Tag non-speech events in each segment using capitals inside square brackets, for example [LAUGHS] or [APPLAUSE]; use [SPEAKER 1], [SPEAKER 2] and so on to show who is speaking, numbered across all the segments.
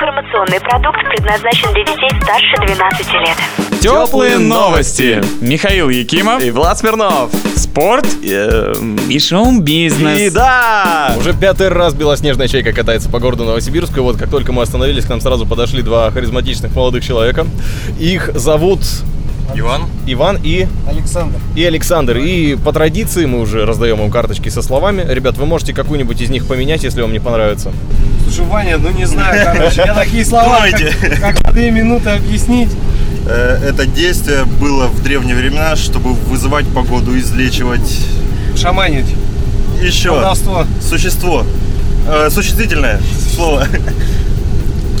[SPEAKER 1] Информационный продукт предназначен для детей старше 12 лет.
[SPEAKER 2] Теплые новости. Михаил Якимов,
[SPEAKER 3] И Влад Смирнов.
[SPEAKER 2] спорт э,
[SPEAKER 3] Эм,
[SPEAKER 2] и шоу-бизнес.
[SPEAKER 3] И да!
[SPEAKER 4] Уже пятый раз белоснежная чайка катается по городу Новосибирску, и вот как только мы остановились, к нам сразу подошли два харизматичных молодых человека. Их зовут
[SPEAKER 5] Иван?
[SPEAKER 4] Иван и,
[SPEAKER 5] Александр.
[SPEAKER 4] и Александр. И по традиции мы уже раздаем им карточки со словами. Ребят, вы можете какую-нибудь из них поменять, если вам не понравится.
[SPEAKER 5] Слушай, Ваня, ну не знаю, короче, я такие слова, как- как в две минуты объяснить.
[SPEAKER 6] Э, Это действие было в древние времена, чтобы вызывать погоду, излечивать
[SPEAKER 5] Шаманить,
[SPEAKER 6] еще
[SPEAKER 5] колдовство.
[SPEAKER 6] существо. Э, Существительное слово.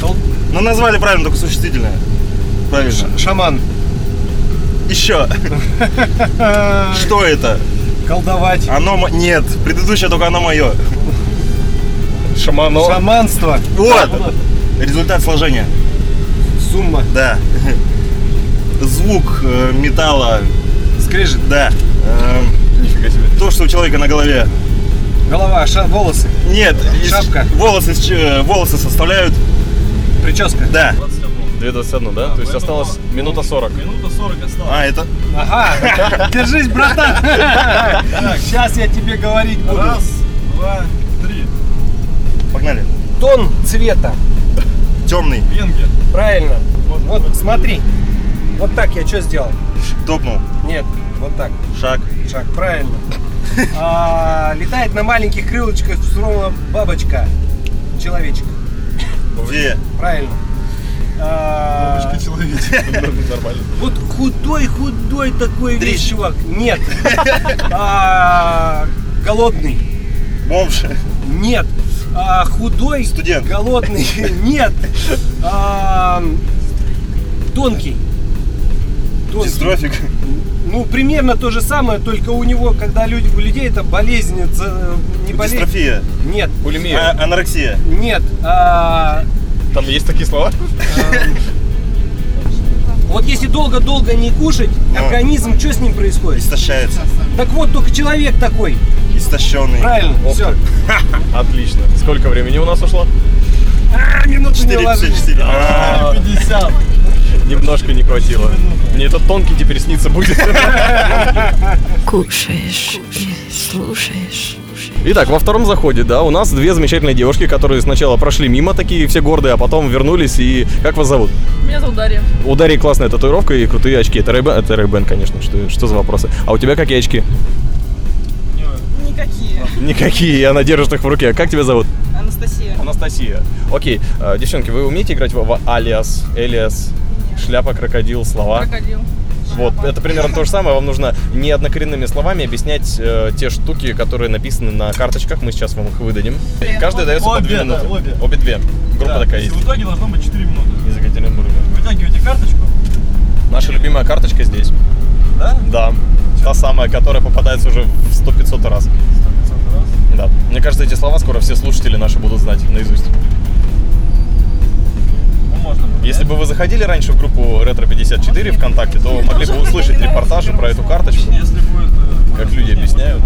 [SPEAKER 5] Кол-
[SPEAKER 6] Ну, назвали правильно, только существительное. Правильно.
[SPEAKER 5] Шаман,
[SPEAKER 6] Еще. Что это?
[SPEAKER 5] колдовать,
[SPEAKER 6] Оно... мо- Нет, предыдущее только оно мое.
[SPEAKER 4] Шамано.
[SPEAKER 5] шаманство,
[SPEAKER 6] Вот.
[SPEAKER 4] ну
[SPEAKER 6] Результат сложения.
[SPEAKER 5] сумма,
[SPEAKER 6] Да. Звук э, металла. Скрежет? Да. Эм,
[SPEAKER 4] Нифига себе.
[SPEAKER 6] То, что у человека на голове.
[SPEAKER 5] голова, ша- волосы,
[SPEAKER 6] Нет, из-
[SPEAKER 5] Шапка.
[SPEAKER 6] волосы, с ч- э, волосы составляют.
[SPEAKER 5] прическа.
[SPEAKER 6] Да.
[SPEAKER 4] 2.21, да? То есть осталось минута 40.
[SPEAKER 6] А, это
[SPEAKER 5] Ага, держись, братан. Сейчас я тебе говорить буду.
[SPEAKER 6] Погнали.
[SPEAKER 5] Тон цвета.
[SPEAKER 6] Темный.
[SPEAKER 5] Правильно. Вот, смотри. Вот так я что сделал?
[SPEAKER 6] Топнул.
[SPEAKER 5] Нет, вот так.
[SPEAKER 6] Шаг.
[SPEAKER 5] Шаг, правильно. А, летает на маленьких крылышках суровая бабочка. Человечек.
[SPEAKER 6] Где?
[SPEAKER 5] Правильно. А,
[SPEAKER 4] Нормально.
[SPEAKER 5] вот худой, худой такой весь чувак. Нет. А, голодный.
[SPEAKER 6] [LAUGHS] Бомж.
[SPEAKER 5] Нет. А, худой.
[SPEAKER 6] Студент.
[SPEAKER 5] Голодный. Нет. А, тонкий. Тонкий.
[SPEAKER 6] Дистрофик.
[SPEAKER 5] Ну, примерно то же самое, только у него, когда люди, у людей это болезнь, это не болезнь.
[SPEAKER 6] Дистрофия.
[SPEAKER 5] Нет,
[SPEAKER 4] Булимия.
[SPEAKER 6] А- анорексия.
[SPEAKER 5] нет. а,
[SPEAKER 4] Там есть такие слова?
[SPEAKER 5] вот если долго-долго не кушать,
[SPEAKER 6] Ну.
[SPEAKER 5] организм, что с ним происходит?
[SPEAKER 6] Истощается.
[SPEAKER 5] Так вот, только человек такой.
[SPEAKER 6] Истощенный.
[SPEAKER 5] Правильно,
[SPEAKER 4] Ох
[SPEAKER 5] [LAUGHS] все.
[SPEAKER 4] Отлично. Сколько времени у нас ушло?
[SPEAKER 5] Минуту не
[SPEAKER 6] 44. А,
[SPEAKER 5] 50.
[SPEAKER 4] Немножко не хватило. Мне этот тонкий теперь снится будет.
[SPEAKER 7] Кушаешь, и слушаешь.
[SPEAKER 4] [LAUGHS] Итак, во втором заходе, да, у нас две замечательные девушки, которые сначала прошли мимо такие все гордые, а потом вернулись и... Как вас зовут?
[SPEAKER 8] Меня зовут Дарья.
[SPEAKER 4] У Дарьи классная татуировка и крутые очки. Это Рэйбен, это Ray-Ban, конечно, что, что за вопросы? А у тебя какие очки?
[SPEAKER 8] Никакие.
[SPEAKER 4] Никакие, и она держит их в руке. Как тебя зовут?
[SPEAKER 8] Анастасия.
[SPEAKER 4] Анастасия. Окей, э, девчонки, вы умеете играть в, в алиас, элиас, шляпа, крокодил, слова?
[SPEAKER 8] Крокодил.
[SPEAKER 4] Вот, это примерно то же самое. Вам нужно не однокоренными словами объяснять э, те штуки, которые написаны на карточках. Мы сейчас вам их выдадим. И каждая дается по две минуты. Обе. две. Группа такая есть. В итоге должно быть 4 минуты. Из Екатеринбурга. Вытягивайте карточку. Наша любимая карточка здесь. Да? Да. Та самая, которая попадается уже в 100-500 раз. 100-500 раз? Да. Мне кажется, эти слова скоро все слушатели наши будут знать наизусть.
[SPEAKER 5] ну,
[SPEAKER 4] Если бы вы заходили раньше в группу Ретро 54 ВКонтакте, то могли бы услышать репортажи про эту карточку.
[SPEAKER 5] э,
[SPEAKER 4] Как люди объясняют.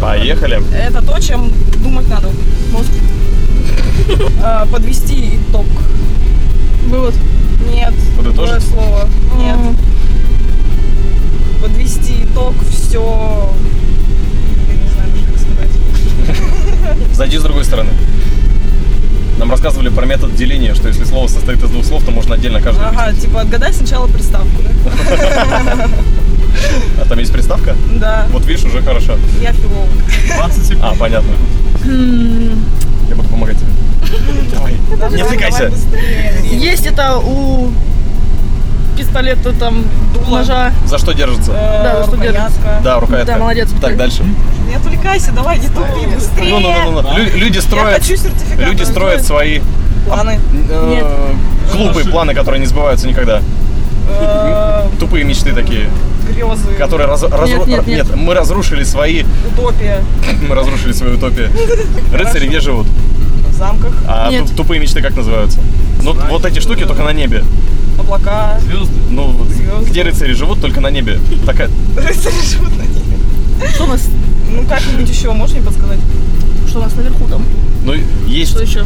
[SPEAKER 4] Поехали.
[SPEAKER 8] Это то, чем думать надо.
[SPEAKER 5] [LAUGHS]
[SPEAKER 8] Мозг. А, Подвести итог. Вывод. Нет.
[SPEAKER 4] Подытожить?
[SPEAKER 8] Другое слово. Нет. Подвести итог все. Я не знаю даже, как сказать.
[SPEAKER 4] Зайди с другой стороны. Нам рассказывали про метод деления, что если слово состоит из двух слов, то можно отдельно каждое
[SPEAKER 8] Ага, типа отгадай сначала приставку, да?
[SPEAKER 4] объяснить. А там есть приставка?
[SPEAKER 8] Да.
[SPEAKER 4] Вот видишь, уже хорошо.
[SPEAKER 8] Я филолог.
[SPEAKER 4] А, понятно. Я буду помогать тебе. Давай. Не отвлекайся.
[SPEAKER 9] Есть это у пистолета там ножа.
[SPEAKER 4] За что держится?
[SPEAKER 8] Да,
[SPEAKER 9] что делать?
[SPEAKER 4] Да, рука
[SPEAKER 9] Да,
[SPEAKER 4] это.
[SPEAKER 9] молодец.
[SPEAKER 4] Так, дальше.
[SPEAKER 8] Не отвлекайся, давай, не тупи быстрее.
[SPEAKER 4] Ну, ну, ну, ну, ну. Лю- Люди
[SPEAKER 8] Я
[SPEAKER 4] строят.
[SPEAKER 8] хочу сертификат.
[SPEAKER 4] Люди строят свои
[SPEAKER 8] планы.
[SPEAKER 4] э, клубы, планы, которые не сбываются никогда.
[SPEAKER 8] Э,
[SPEAKER 4] Тупые мечты такие,
[SPEAKER 8] Грезы.
[SPEAKER 4] которые раз- разру-
[SPEAKER 9] нет, нет.
[SPEAKER 4] мы разрушили свои, [LAUGHS]
[SPEAKER 8] Утопия.
[SPEAKER 4] мы разрушили свою утопию. Рыцари где живут?
[SPEAKER 8] В замках.
[SPEAKER 4] А
[SPEAKER 9] Нет.
[SPEAKER 4] туп- тупые мечты как называются? Ну вот эти штуки только на небе.
[SPEAKER 8] Облака.
[SPEAKER 4] Ну вот
[SPEAKER 8] Звезды.
[SPEAKER 4] где рыцари живут только на небе. Такая
[SPEAKER 8] Рыцари живут на них.
[SPEAKER 9] Что у нас?
[SPEAKER 8] Ну как-нибудь еще, можешь мне подсказать?
[SPEAKER 9] Что у нас наверху там?
[SPEAKER 4] ну есть
[SPEAKER 9] Что еще?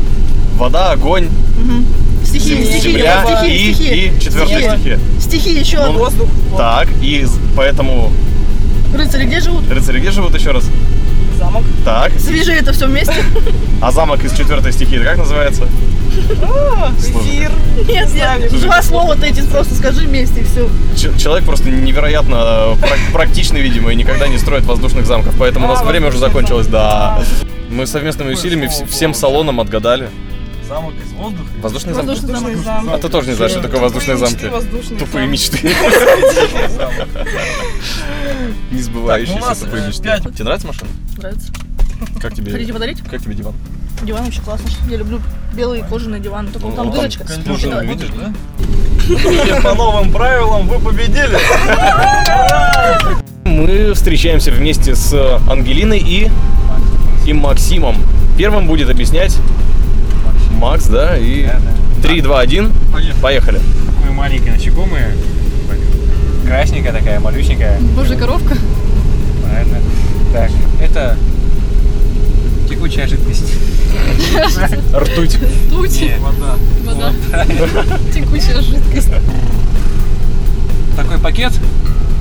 [SPEAKER 4] вода, огонь,
[SPEAKER 9] Мгм. Стихи, стихи,
[SPEAKER 4] Земля
[SPEAKER 9] стихи,
[SPEAKER 4] и,
[SPEAKER 9] стихи.
[SPEAKER 4] и четвертая
[SPEAKER 9] Стихи.
[SPEAKER 4] стихия.
[SPEAKER 9] Стихи еще.
[SPEAKER 4] Ну,
[SPEAKER 8] Воздух.
[SPEAKER 4] Так, и з- поэтому
[SPEAKER 9] Рыцари где живут?
[SPEAKER 4] рыцари где живут еще раз?
[SPEAKER 8] Замок.
[SPEAKER 4] Так,
[SPEAKER 9] Свяжи это все вместе.
[SPEAKER 4] [LAUGHS] а замок из четвертой стихии как называется?
[SPEAKER 8] Эфир.
[SPEAKER 9] Нет, нет. Два слова-то эти просто скажи вместе и все.
[SPEAKER 4] ну, Ч- человек просто невероятно э, прак- практичный, видимо, и никогда не строит воздушных замков. Поэтому у нас
[SPEAKER 8] А,
[SPEAKER 4] время уже
[SPEAKER 8] воздушные
[SPEAKER 4] закончилось, да.
[SPEAKER 8] замки.
[SPEAKER 4] Мы совместными усилиями вс-
[SPEAKER 5] слово
[SPEAKER 4] всем салоном отгадали.
[SPEAKER 5] Замок из воздуха.
[SPEAKER 4] Воздушные замки.
[SPEAKER 9] Воздушный замок.
[SPEAKER 8] замок.
[SPEAKER 4] А ты тоже не знаешь, что такое воздушные замки. Тупые мечты. Не
[SPEAKER 5] Так, ну, у нас,
[SPEAKER 4] сбывающиеся
[SPEAKER 5] э,
[SPEAKER 4] тупые мечты.
[SPEAKER 5] пять.
[SPEAKER 4] Тебе нравится машина?
[SPEAKER 9] Нравится.
[SPEAKER 4] Как
[SPEAKER 9] Хотите
[SPEAKER 4] тебе?
[SPEAKER 9] подарить?
[SPEAKER 4] Как тебе диван?
[SPEAKER 9] Диван вообще классный. Я люблю белые кожаные диваны.
[SPEAKER 4] Ну,
[SPEAKER 9] Только вот там
[SPEAKER 4] он
[SPEAKER 9] дырочка.
[SPEAKER 4] с пружинами, видишь, да?
[SPEAKER 5] По новым правилам вы победили.
[SPEAKER 4] Мы встречаемся вместе с э, Ангелиной и, и Максимом. Первым будет объяснять Макс, да, и 3, 2, 1, поехали.
[SPEAKER 5] Такое маленькое насекомое. Красненькая такая, малюсенькая.
[SPEAKER 9] Божья [LAUGHS] коровка.
[SPEAKER 5] Правильно. Так, это текучая жидкость.
[SPEAKER 4] Ртуть.
[SPEAKER 9] Тут
[SPEAKER 5] Вода.
[SPEAKER 9] [LAUGHS] вода. Текучая типа, жидкость.
[SPEAKER 5] Такой пакет.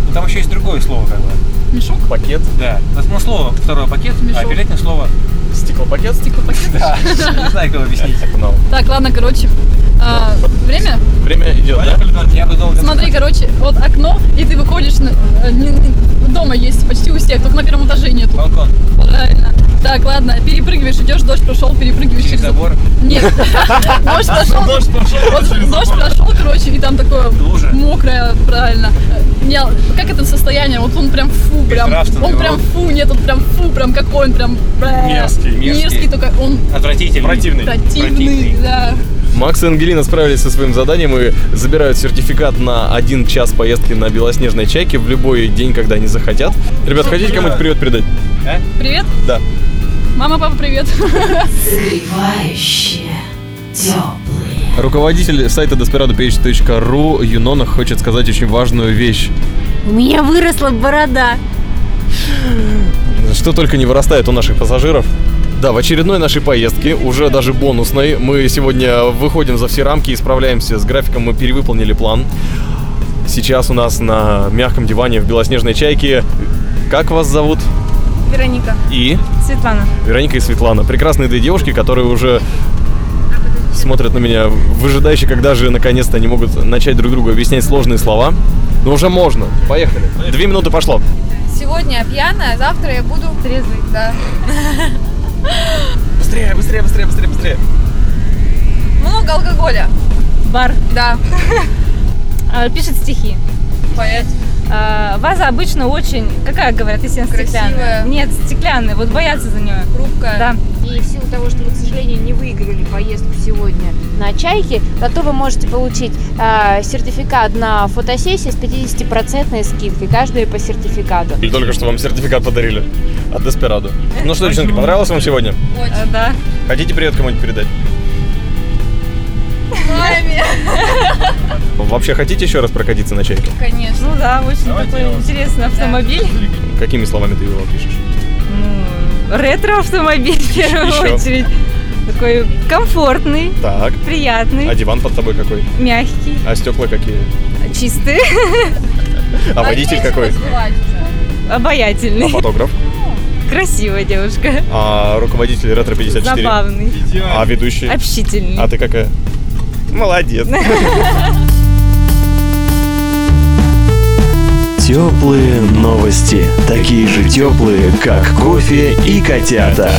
[SPEAKER 5] Ну, Там еще есть другое слово, как бы.
[SPEAKER 9] Мешок.
[SPEAKER 4] Пакет.
[SPEAKER 5] Да. Ну, слово, второе пакет, а
[SPEAKER 9] Мешок.
[SPEAKER 5] билетное слово.
[SPEAKER 4] Стеклопакет.
[SPEAKER 9] Стеклопакет.
[SPEAKER 5] Да. [LAUGHS] Не знаю, как объяснить.
[SPEAKER 4] Погнал.
[SPEAKER 9] Так, ладно, короче. а, время?
[SPEAKER 4] Время идет, да?
[SPEAKER 5] Я бы долго...
[SPEAKER 9] Смотри, короче, вот окно, и ты выходишь на- э, не- не- дома есть почти у всех, только на первом этаже нету.
[SPEAKER 5] Балкон.
[SPEAKER 9] Правильно. Так, ладно, перепрыгиваешь, идешь, дождь прошел, перепрыгиваешь
[SPEAKER 5] Через
[SPEAKER 9] через
[SPEAKER 5] забор.
[SPEAKER 9] Нет. [LAUGHS] Дождь прошел. Дождь прошел. Дождь прошел, короче, и там такое
[SPEAKER 5] Лужа.
[SPEAKER 9] мокрое, правильно. Я- Как это состояние? Вот он прям фу, прям.
[SPEAKER 5] Безнравственный,
[SPEAKER 9] Он прям фу, нет, он прям фу, прям какой он прям. Мерзкий. Мерзкий, только он
[SPEAKER 5] Отвратительный.
[SPEAKER 4] Противный.
[SPEAKER 9] противный, да.
[SPEAKER 4] Макс и Ангелина справились со своим заданием и забирают сертификат на один час поездки на белоснежной чайке в любой день, когда они захотят. Ребят, хотите кому-нибудь привет передать?
[SPEAKER 9] Привет.
[SPEAKER 4] Да.
[SPEAKER 9] Мама, папа, привет. [LAUGHS]
[SPEAKER 7] Согревающее, теплое.
[SPEAKER 4] Руководитель сайта desperadoph.ru Юнона хочет сказать очень важную вещь.
[SPEAKER 1] У меня выросла борода.
[SPEAKER 4] Что только не вырастает у наших пассажиров. Да, в очередной нашей поездке, уже даже бонусной, мы сегодня выходим за все рамки и справляемся с графиком, мы перевыполнили план. Сейчас у нас на мягком диване в белоснежной чайке. Как вас зовут?
[SPEAKER 8] Вероника.
[SPEAKER 4] И
[SPEAKER 8] Светлана.
[SPEAKER 4] Вероника и Светлана. Прекрасные две девушки, которые уже смотрят на меня, выжидающие, когда же наконец-то они могут начать друг другу объяснять сложные слова. Но уже можно. Поехали. Две минуты пошло.
[SPEAKER 8] Сегодня я пьяная, завтра я буду трезвый, да. Быстрее, быстрее, быстрее, быстрее, быстрее. Много алкоголя.
[SPEAKER 10] Бар
[SPEAKER 8] Да.
[SPEAKER 10] а, пишет стихи.
[SPEAKER 8] Поэт.
[SPEAKER 10] А, ваза обычно очень, какая говорят, если она
[SPEAKER 8] Красивая.
[SPEAKER 10] стеклянная? Нет, стеклянная, вот боятся за нее.
[SPEAKER 8] Хрупкая.
[SPEAKER 10] Да.
[SPEAKER 11] И в силу того, что вы, к сожалению, не выиграли поездку сегодня на «Чайке», зато вы можете получить э, сертификат на фотосессию с 50% скидкой, каждая по сертификату.
[SPEAKER 4] И только что вам сертификат подарили от Деспирадо. Ну что, девчонки, понравилось вам сегодня?
[SPEAKER 10] А, да.
[SPEAKER 4] Хотите привет кому-нибудь передать? Вообще хотите еще раз прокатиться на чайке?
[SPEAKER 10] Ну да, очень такой интересный автомобиль.
[SPEAKER 4] Какими словами ты его опишешь?
[SPEAKER 10] Ну, ретро-автомобиль в первую
[SPEAKER 4] Ещё.
[SPEAKER 10] очередь. Такой комфортный,
[SPEAKER 4] Так.
[SPEAKER 10] приятный,
[SPEAKER 4] А диван под тобой какой?
[SPEAKER 10] мягкий,
[SPEAKER 4] А стекла какие?
[SPEAKER 10] чистый, [LAUGHS]
[SPEAKER 4] А водитель какой? А
[SPEAKER 10] обаятельный,
[SPEAKER 4] Фотограф.
[SPEAKER 10] красивая девушка,
[SPEAKER 4] А руководитель ретро 54.
[SPEAKER 10] забавный,
[SPEAKER 4] А ведущий?
[SPEAKER 10] общительный.
[SPEAKER 4] А ты какая? Молодец.
[SPEAKER 3] Теплые новости. Такие же теплые, как кофе и котята.